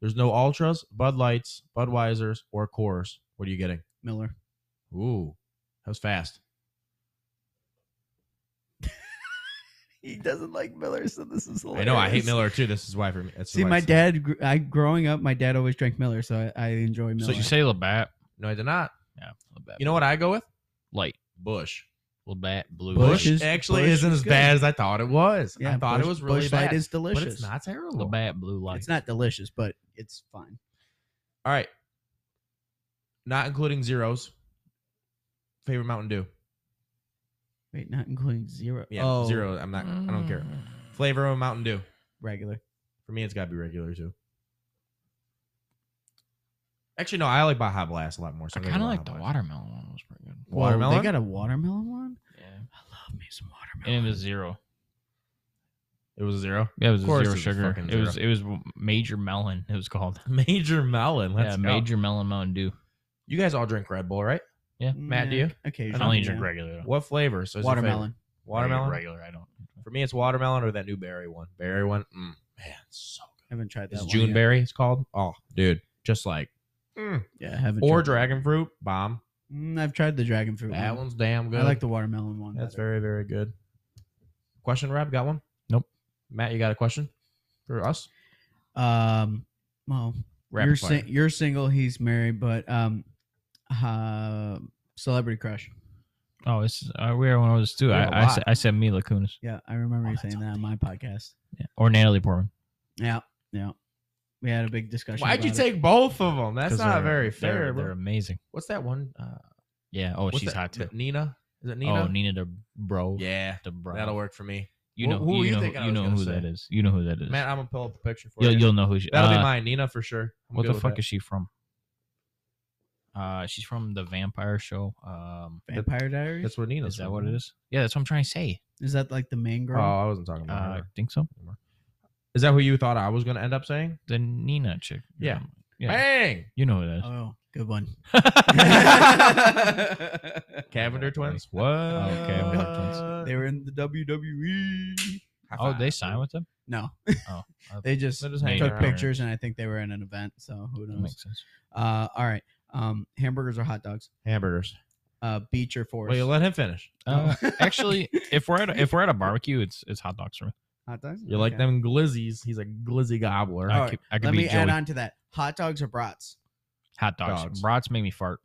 There's no ultras, Bud Lights, Budweisers, or Coors. What are you getting?
Miller.
Ooh, that was fast.
<laughs> He doesn't like Miller, so this is.
I know. I hate Miller too. This is why for me. That's
See,
why
my
it's-
dad. gr- I growing up, my dad always drank Miller, so I, I enjoy Miller.
So you say Labatt?
No, I did not.
Yeah, Labatt.
You know what I go with?
light
Bush.
Labatt blue.
Bush,
Bush
light.
is-
actually
Bush
isn't
is
as
good.
bad as I thought it was. I thought
Busch-
it was really
Busch
bad.
Light is delicious.
But it's not terrible.
Labatt blue light.
It's not delicious, but it's fine.
All right. Not including zeros. Favorite Mountain Dew.
Wait, not including zero.
Yeah,
oh,
zero. I'm not. I don't
Mm.
care. Flavor of Mountain Dew.
regular.
For me, it's got to be regular too. Actually, no. I like Baja Blast a lot more. So
I
I'm gonna
kind of
go
like the
Baja Blast.
watermelon one. was pretty good.
Whoa,
Watermelon?
they got a watermelon one.
Yeah,
I love me some
and
watermelon.
it was zero.
It was a zero. <laughs>
Yeah, it was
Of
a
course
zero
it was a
sugar.
fucking
It was
zero.
it was major melon. It was called.
Major Melon. Let's
yeah,
go.
major melon Mountain Dew.
You guys all drink Red Bull, right? Matt, do you?
Okay,
I only drink regular. though.
What flavors? is your favorite?
watermelon.
Watermelon.
Regular. I don't.
For me, it's watermelon or that new berry one. Berry one. Mm, man, so
I haven't tried that.
It's
one
June
yet.
berry. It's called. Oh, dude, just like mm.
Yeah, I haven't.
or
tried-
dragon fruit bomb. Mm.
Mm, I've tried the dragon fruit.
That
one.
one's damn good.
I like the watermelon one.
That's
better.
very very good. Question, Rob, got one?
Nope.
Matt, you got a question for us?
Um, well,
Rapid
you're
fire.
sing- you're single, he's married, but um, uh, celebrity crush.
Oh, this is, uh, we are one of those too.
We have a
I, I,
lot.
said, I said Mila Kunis
Yeah, I remember
Oh,
you
that's
saying that on my podcast.
yeah. or Natalie Portman.
Yeah, yeah, we had a big discussion.
Why'd you
about it.
take both of them? That's
'Cause
not
they're-
very
they're-
fair.
They're,
bro.
amazing.
What's that one? Uh,
Yeah. Oh,
what's
she's
that-
hot too.
that Nina. Is it
Oh,
Nina?
Nina the bro.
Yeah,
The bro.
that'll work for me.
You
Wh-
know.
who were
you
you
know.
thinking I
you
was
know
gonna
who
say?
that is. You know who that is.
Matt, I'm gonna pull up a picture for
you'll,
you.
you'll know who she.
That'll be
uh,
mine, Nina for sure. I'm
What
good
the
with
fuck
that.
is she from? Uh, she's from the Vampire Show. Um,
Vampire Diaries?
That's where Nina's.
is that
from.
what it is? Yeah, that's what I'm trying to say.
Is that like the main
Oh,
girl?
I wasn't talking
Uh,
about
I
her.
think so.
Is that who you thought I was gonna end up saying?
The Nina chick.
Yeah.
Yeah.
<laughs> Bang!
You know who that is.
Oh, good one.
Uh, <laughs>
Cavender twins.
What? Oh, Cavender twins.
Uh,
they were in the WWE.
Oh, they signed with them.
No, <laughs>
Oh, I-
they just
They're
took
just hanging around.
pictures, and I think they were in an event. So who
that
knows?
makes sense.
Uh, all right. Um, hamburgers or hot dogs?
hamburgers.
Uh, beach or forest?
Wait, let him finish.
<laughs>
<laughs> Uh,
Oh.
actually, if we're at a, if we're at a barbecue, it's it's hot dogs for me.
hot dogs.
You like
Okay.
them glizzies? He's a glizzy gobbler.
I
Alright,
could, I could
Let
be
me
Joey.
add on to that. Hot dogs or brats?
Hot dogs.
Dogs.
Brats make me fart.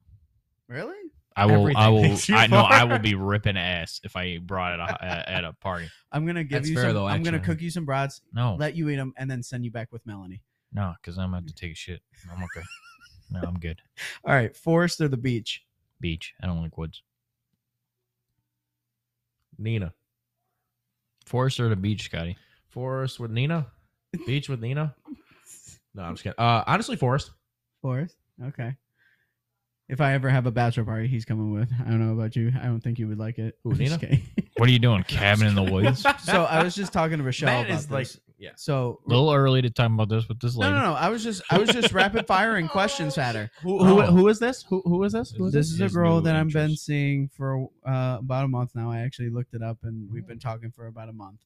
Really?
I will. I
Everything
will.
makes you
I know. I will
fart.
be ripping ass if I eat brat at a, at- at a party.
I'm gonna give
That's
you
fair,
some.
though,
I'm gonna
actually.
cook you some brats,
No,
let you eat them, and then send you back with Melanie.
no, because I'm
Mm.
about to take a shit.
<laughs>
I'm okay. no, I'm good.
All right, forest or the beach?
Beach. I don't like woods.
Nina.
Forest or the beach, Scotty.
Forest with Nina.
<laughs>
Beach with Nina. No, I'm just kidding. Uh, honestly, Forest.
Forest. Okay. If I ever have a bachelor party, he's coming with. I don't know about you. I don't think you would like it.
Who,
I'm just kidding. <laughs>
What are you doing? Cabin in
<laughs>
the woods.
so I was just
<laughs>
talking to Rochelle
Matt
about
is like,
this.
yeah.
so
A little early to talk about this with this
no,
lady.
no, no. I was just, I was
<laughs>
just rapid firing questions at her.
Who, who,
Oh.
who is this? Who, who is this? Who is this?
This
This is a
his
girl
new
that I've been
interest?
seeing for uh, about a month now. I actually looked it up, and we've been
Mm-hmm.
talking for about a month.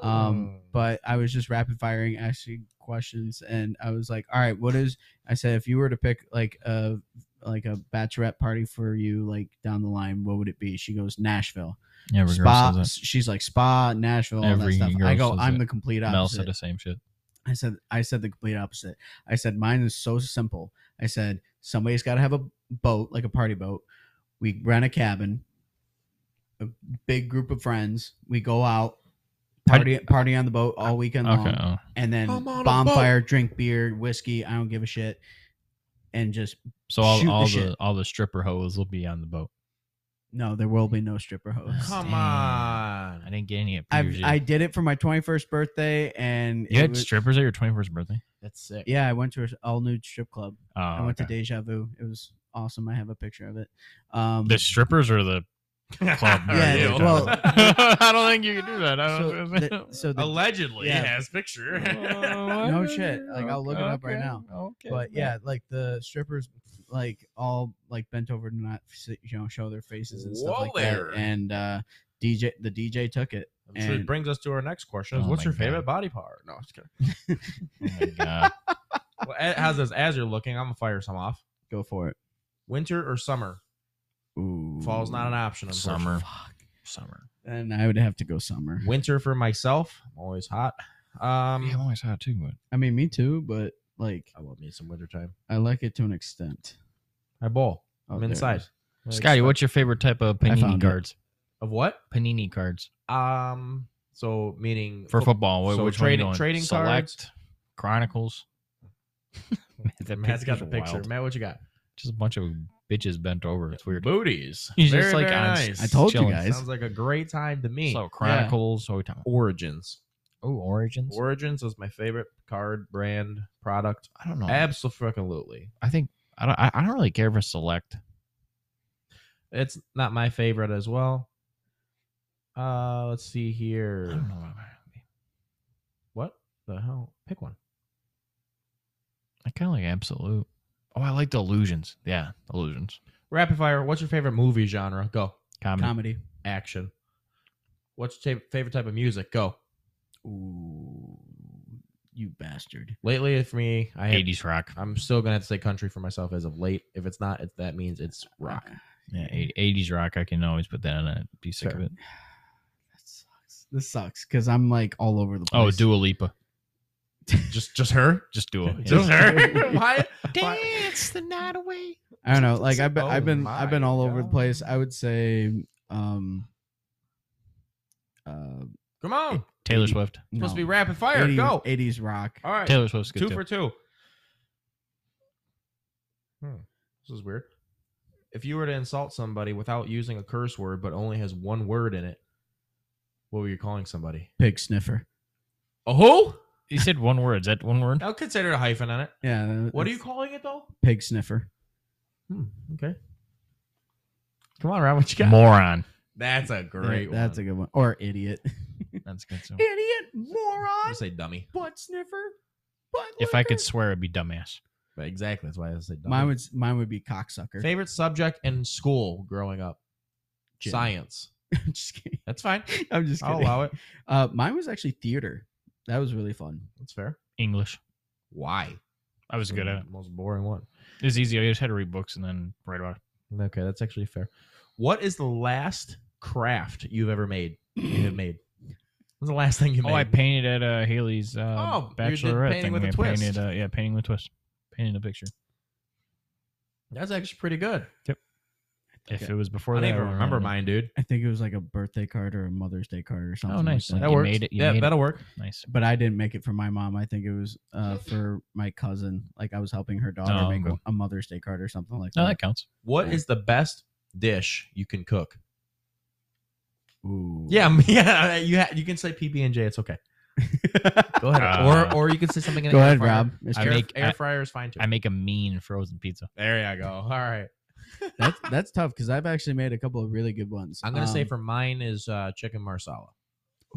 Um,
Hmm.
but I was just rapid firing, asking questions, and I was like, "All right, what is?" I said, "If you were to pick like a like a bachelorette party for you, like down the line, what would it be?" She goes, "Nashville."
Yeah, every girl
spa.
says
She's like spa, Nashville, all
Every
that stuff.
girl
I go,
says
I'm
it.
the complete
that. Mel said
opposite.
the same shit.
I said, I said the complete opposite. I said mine is so simple. I said somebody's got to have a boat, like a party boat. We rent a cabin, a big group of friends. We go out,
How
party, party on the boat all weekend long,
Okay. Oh.
and then
I'm on a
bonfire, drink beer, whiskey. I don't give a shit, and just
So all,
Shoot the
all the,
shit.
all the stripper hoes will be on the boat.
no, there will be no stripper hoes.
Come
Damn.
on. <laughs>
I didn't get any at
I've,
PRG.
I did it for my 21st birthday, and
you
it
had
was-
strippers at your 21st birthday.
That's sick.
yeah, I went to an all nude strip club.
Oh,
I went
okay.
to Deja Vu. It was awesome. I have a picture of it. Um,
the strippers
<laughs>
or the
<laughs>
club.
Yeah,
Alright,
yeah,
we're
well-
done. <laughs> I don't think you can do that. I
so,
don't. <laughs>
the, so <laughs> the,
Allegedly,
Yeah.
has picture.
No shit. Like, I'll look it up right now.
Okay.
but yeah, like the strippers, like all like bent over to not s- you know show their faces and stuff
Whoa
like
there.
that. And uh, DJ, the DJ took it.
<laughs> So
And-
it brings us to our next question: is
Oh
What's
my
your favorite
God.
body part? No, I'm just kidding.
Oh my God.
well, a- how's this? As you're looking, I'm gonna fire some off.
Go for it.
Winter or summer?
Ooh,
Fall's not an option.
Summer.
unfortunately.
Summer.
And I would have to go summer.
Winter for myself. I'm always hot. Um,
Yeah, I'm always hot too. But
I mean, me too, but like
I love me some winter time.
I like it to an extent.
I bowl.
Oh,
I'm
there it
inside.
is.
What do you
Scotty,
expect?
what's your favorite type of panini
found it.
cards?
of what?
Panini cards
Um, so meaning
for
foot-
football. What,
Oh, so
which
trading-
one are you doing?
trading
Select Chronicles. That
Matt's got the
picture's
picture.
wild.
Matt, what you got?
Just a bunch of bitches bent over. It's weird.
Booties.
He's just
Very,
like
very
on s-
nice.
I told
Chilling.
you guys.
Sounds like a great time to me.
So Chronicles. What are we talking about?
Origins.
Oh, Origins.
Origins was my favorite card brand product.
I don't know.
Absolutely.
I think I don't. I, I don't really care for select.
It's not my favorite as well. Uh, let's see
I
here.
don't know. about that.
What the hell? Pick one.
I kind of like absolute. Oh, I like the illusions. Yeah, illusions.
Rapid fire. What's your favorite movie genre? Go.
Comedy.
Comedy.
Action. What's your ta- favorite type of music? Go.
Ooh, you bastard.
Lately, for me, I have,
80s rock.
I'm still gonna have to say country for myself as of late. If it's not, it, that means it's rock.
Ah,
Yeah, eight- 80s rock. I can always put that on and be sick
Fair.
of it.
That sucks. This sucks because I'm like all over the
Oh,
place.
<laughs>
Dua Lipa.
Just, just her.
<laughs>
Just Dua. Yeah.
<laughs> Just her. <laughs> Why?
Dance the night away.
I don't know. Like I've been,
Oh
I've been, I've been
my
all over the
God.
place. I would say, um, uh,
Come on.
Taylor
Eighty-
Swift.
no.
Supposed to be rapid fire.
80
Go.
eighties rock.
All right.
Taylor Swift's good
two
too.
for two. Hmm. This is weird. If you were to insult somebody without using a curse word but only has one word in it, what were you calling somebody?
Pig sniffer.
A who?
you said one word. Is that one word?
I'll consider a hyphen on it.
Yeah. that-
What are you
that's
calling it though?
Pig sniffer.
Hmm. Okay. Come on, Rob. What you got?
Moron.
That's a great
Yeah, That's
one.
a good one. Or idiot. <laughs>
That's good too.
idiot, moron,
I say dummy.
butt sniffer. Butt
If I
licker.
could swear, it'd be dumbass.
But exactly. That's why I say dummy.
mine would, mine would be cocksucker.
Favorite subject in school growing up?
Gym.
Science.
<laughs> I'm just kidding.
That's <laughs> fine.
I'm just
I'll
kidding.
allow it.
Uh, mine was actually theater. That was really fun.
That's fair.
English.
Why?
I was good at it.
Most boring one.
It was easy. I just had to read books and then write about it.
Okay, that's actually fair. What is the last craft you've ever made? You have made. What's the last thing you made?
Oh, I painted at uh, Haley's uh,
Oh, you did
bachelorette
painting
thing.
with a
I
twist.
Painted, uh, yeah, painting with a twist. Painted a picture.
<laughs> That's actually pretty good.
If
Okay.
it was before
I
that,
don't even
would've
remember
known.
mine, dude.
I think it was like a birthday card or a Mother's Day card or something.
Oh, nice.
Like
That
that.
You
works.
made
Made
it,
it, you
yeah,
made it.
that'll work.
Nice.
But I didn't make it for my mom. I think it was uh, for my cousin. Like I was helping her daughter
Oh,
make a-
cool.
a Mother's Day card or something like
No,
that.
that counts.
What is the best dish you can cook?
Ooh.
Yeah, <laughs> m- yeah. You ha- you can say PB and J. It's <laughs> okay. Go ahead,
Uh,
or or you can say something. In
Go
the air
ahead,
fryer.
Rob. Mr.
I
Air,
make-
air
I-
fryer is fine too.
I make a mean frozen pizza.
there you go. All right.
that's that's tough because I've actually made a couple of really good ones.
I'm gonna say
Um,
for mine is uh, chicken marsala.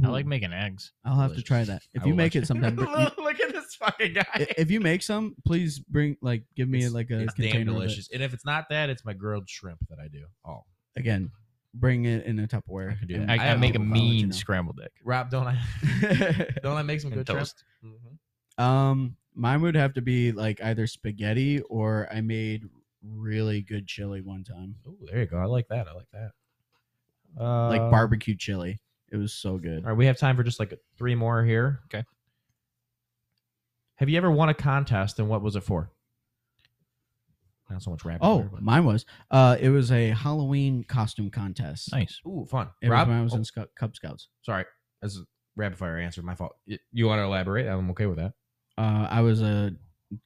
I like
ooh,
making eggs.
I'll have to try that.
delicious.
If
I
you
will
make
let
it
<laughs>
sometime, but you-
Look at this fucking guy.
i- if you make some, please bring like give me like a
it's
container
damn
of it.
delicious. And if it's not that, it's my grilled shrimp that I do. Oh,
Again, bring it in a Tupperware.
I can do
and
that.
I,
I
I,
have
make a
people will let you
mean
know.
scrambled egg.
Rob, don't I?
<laughs>
don't I make some
And
good shrimp?
toast.
Mhm.
Um, mine would have to be like either spaghetti or I made really good chili one time,
Oh, there you go. I like that. I like that.
like
Uh,
barbecue chili. It was so good.
All right, we have time for just like three more here.
Okay.
Have you ever won a contest and what was it for? Not so much rapid.
Oh,
fire, but-
mine was. Uh, it was a Halloween costume contest.
Nice.
ooh, fun.
It
Rob,
was when I was
Oh,
in Scu- Cub Scouts.
sorry, that's a rapid fire answer. My fault. Y- You want to elaborate? I'm okay with that.
Uh, I was a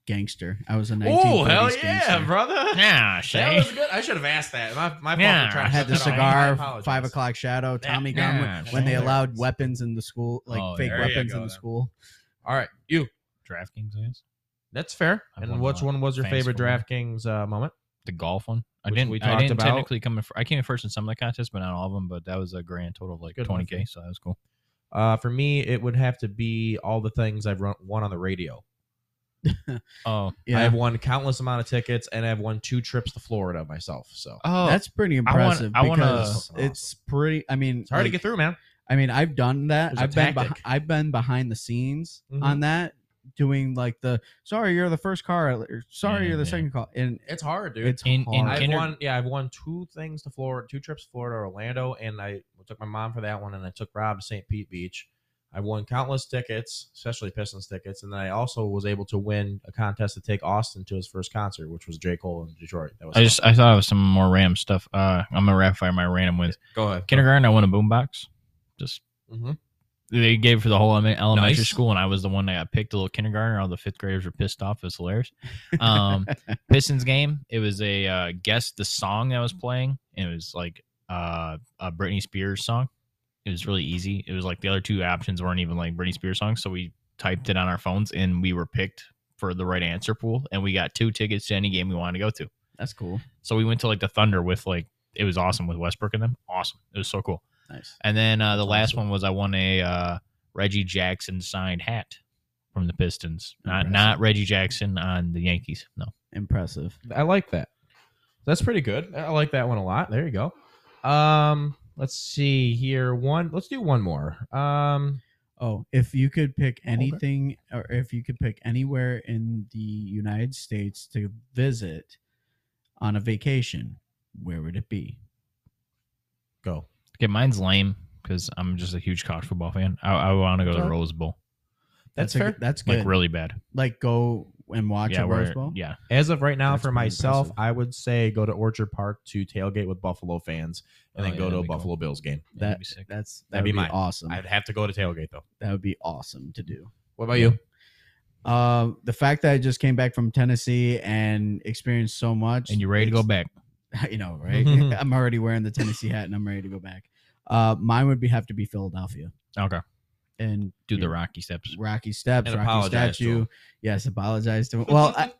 gangster. I was a 1940s
Oh, hell
gangster.
yeah, brother.
Nah,
That
Shay.
was good. I should have asked that. My, my fault.
Yeah,
for trying
I
to
had
shut
the
that off. <laughs> I
cigar,
apologize.
five o'clock shadow, Tommy gun. when-
yeah,
when they
yeah.
allowed weapons in the school, like
Oh,
fake
there you
weapons
go
in the
then.
school.
All right, you.
DraftKings, I guess.
That's fair.
I've
and
won
which
a lot.
one was your
Thanks
favorite
for that.
DraftKings uh, moment?
The golf one. I
Which
didn't.
we
I
talked
didn't
about.
technically come in. Fir- I came in first in some of the contests, but not all of them. But that was a grand total of like
Good one,
twenty k. So that was cool.
Uh, for me, it would have to be all the things I've run, won on the radio.
Oh,
Yeah,
I have won countless amount of tickets, and I've won two trips to Florida myself. So
oh,
that's pretty
wanna-
impressive
I wanna-
because it's pretty. I mean,
it's hard to
like,
get through, man.
I mean, I've done that.
There's a
I've been beh-
tactic.
I've been behind the scenes
Mhm.
on that, doing like the sorry you're the first car, or sorry
Yeah,
you're the
yeah.
second car, and
It's hard, dude.
it's
In- in
hard.
I've
kinder-
won, yeah, I've won two things to Florida, two trips to Florida, Orlando, and I took my mom for that one, and I took Rob to St. Pete Beach. I won countless tickets, especially Pistons tickets, and then I also was able to win a contest to take Austin to his first concert, which was J. Cole in Detroit. That was
I just
fun.
I thought it was some more Ram stuff. Uh, I'm gonna rapid fire my random wins.
go ahead.
Kindergarten, I won a boombox. Just
hmm
they gave for the whole eleme- elementary
Nice.
school, and I was the one that got picked. A little kindergartner, all the fifth graders were pissed off. It was hilarious. Um,
<laughs>
Pistons game. It was a uh, guess the song that was playing. And it was like uh, a Britney Spears song. It was really easy. It was like the other two options weren't even like Britney Spears songs, so we typed it on our phones, and we were picked for the right answer pool, and we got two tickets to any game we wanted to go to.
<laughs> that's cool.
So we went to like the Thunder with like it was awesome with Westbrook and them. Awesome. It was so cool.
Nice.
And then uh, the
That's
last
awesome.
one was I won a uh, Reggie Jackson signed hat from the Pistons. Not
Impressive.
not Reggie Jackson on the Yankees. No.
Impressive.
I like that. That's pretty good. I like that one a lot. There you go. Um, let's see here. One. Let's do one more. Um,
Oh, if you could pick anything, or if you could pick anywhere in the United States to visit on a vacation, where would it be?
go.
Okay, mine's lame because I'm just a huge college football fan. I, I want to go to the
Okay.
Rose Bowl.
That's
a
fair.
good- that's good.
Like
Like,
really bad.
go and watch
yeah,
a
we're-
Rose Bowl.
yeah.
As of right now,
That's
for
pretty
myself,
impressive.
I would say go to Orchard Park to tailgate with Buffalo fans, and
Oh,
then
yeah,
go to
that'd
a
be cool.
Buffalo Bills game.
That'd
That,
be sick.
that's that
That'd
would
be
be,
mine.
awesome.
I'd have to go to tailgate though.
that would be awesome to do.
What about you?
Uh, the fact that I just came back from Tennessee and experienced so much,
And you ready to go
it's-
back?
<laughs> You know, right?
Mm-hmm.
I'm already wearing the Tennessee hat, and I'm ready to go back. Uh, mine would be have to be Philadelphia
Okay.
and
Do the
Rocky,
Rocky steps.
steps,
And
Rocky
apologize to
statue.
him.
Yes, apologize
<laughs>
to him. Well, I,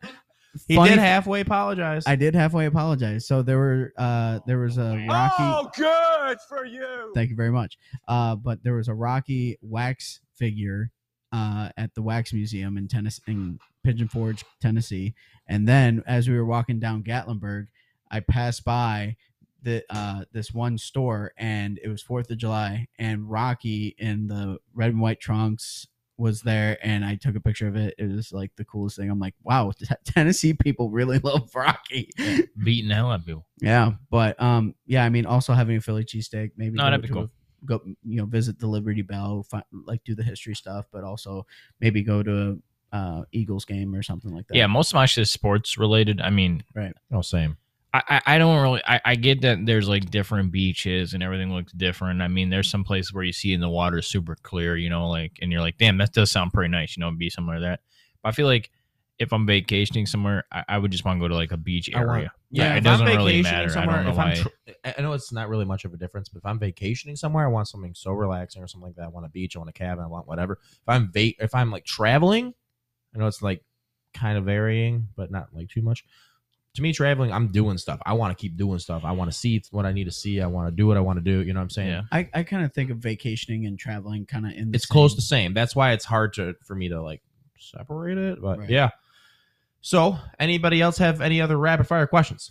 He
funny-
did halfway apologize.
I did halfway apologize. So there were uh, there was a Rocky.
Oh, good for you.
Thank you very much. Uh, but there was a Rocky wax figure uh, at the Wax Museum in Tennessee, in Pigeon Forge, Tennessee. And then as we were walking down Gatlinburg, I passed by the uh, this one store, and it was Fourth of July, and Rocky in the red and white trunks was there and I took a picture of it. It was like the coolest thing. I'm like, wow, <laughs> Tennessee people really <laughs> love Rocky.
Beating the hell out of people.
Yeah, but um, yeah, I mean, also having a Philly cheesesteak, maybe
No,
go
that'd be
to a-
cool.
go, you know, visit the Liberty Bell, fi- like do the history stuff, but also maybe go to uh, Eagles game or something like that.
Yeah, most of my shit is sports related. I mean,
Oh, same.
I, I I don't really I, I get that there's like different beaches and everything looks different. I mean, there's some places where you see in the water is super clear, you know, like and you're like, damn, that does sound pretty nice, you know, be somewhere that. But I feel like if I'm vacationing somewhere, I, I would just want to go to like a beach
I
area.
want-
Yeah, it
if I'm
doesn't really
vacationing
matter. I
somewhere-
don't know
if I'm
why.
tr- I- I know it's not really much of a difference, but if I'm vacationing somewhere, I want something so relaxing or something like that. I want a beach, I want a cabin, I want whatever. If I'm va- if I'm like traveling, I know it's like kind of varying, but not like too much. To me, traveling, I'm doing stuff. I want to keep doing stuff. I want to see what I need to see. I want to do what I want to do. You know what I'm saying?
Yeah.
I, I kind of think of vacationing and traveling kind of in. The
it's close to
same-
same. That's why it's hard to for me to like separate it. But
Right.
yeah. So, anybody else have any other rapid fire questions?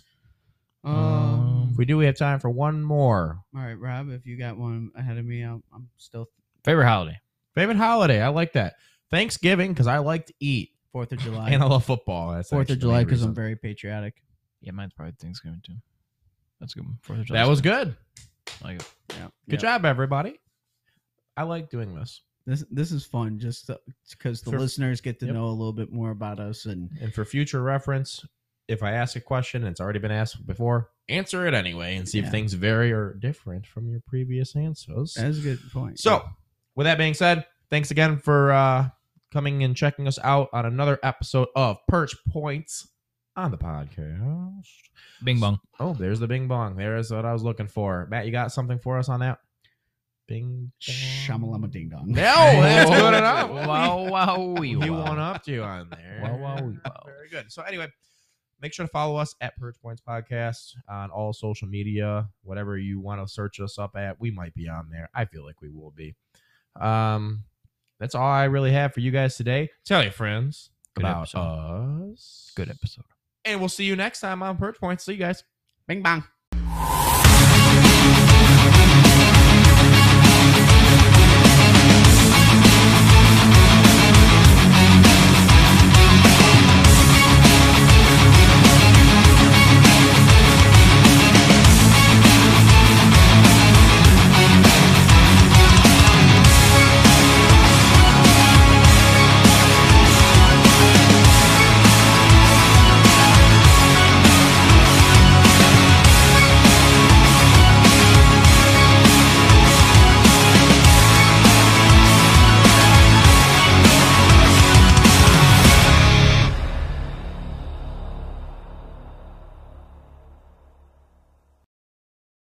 Um,
If we do, we have time for one more.
all right, Rob, if you got one ahead of me, I'm, I'm still
Favorite holiday?
Favorite holiday? I like that. Thanksgiving because I like to eat
Fourth
<laughs>
of July.
and I love football. That's
Fourth
actually
of
the
July
main
because I'm
reason.
very patriotic.
Yeah, mine's probably Thanksgiving too. That's a good. one. Fourth of July.
That was good.
Like,
Yeah.
Good job, everybody. I like doing this
This this is fun just because the
For-
listeners get to
Yep.
know a little bit more about us and
and for future reference. If I ask a question and it's already been asked before, answer it anyway and see
Yeah.
if things vary or different from your previous answers.
that's a good point.
So, with that being said, thanks again for uh, coming and checking us out on another episode of Perch Points on the podcast.
Bing bong.
Oh, there's the bing bong. There's what I was looking for. Matt, you got something for us on that? Bing. bong.
Shamalama ding dong.
No, that's good enough.
Wow, wow,
He
wow.
one upped you on there.
Wow, wow, wow.
<laughs> Very good. So anyway, make sure to follow us at Purge Points Podcast on all social media, whatever you want to search us up at. We might be on there. I feel like we will be. Um, that's all I really have for you guys today. Tell your friends
Good
about
episode.
us.
Good episode.
And we'll see you next time on Purge Points. See you guys.
Bing bang.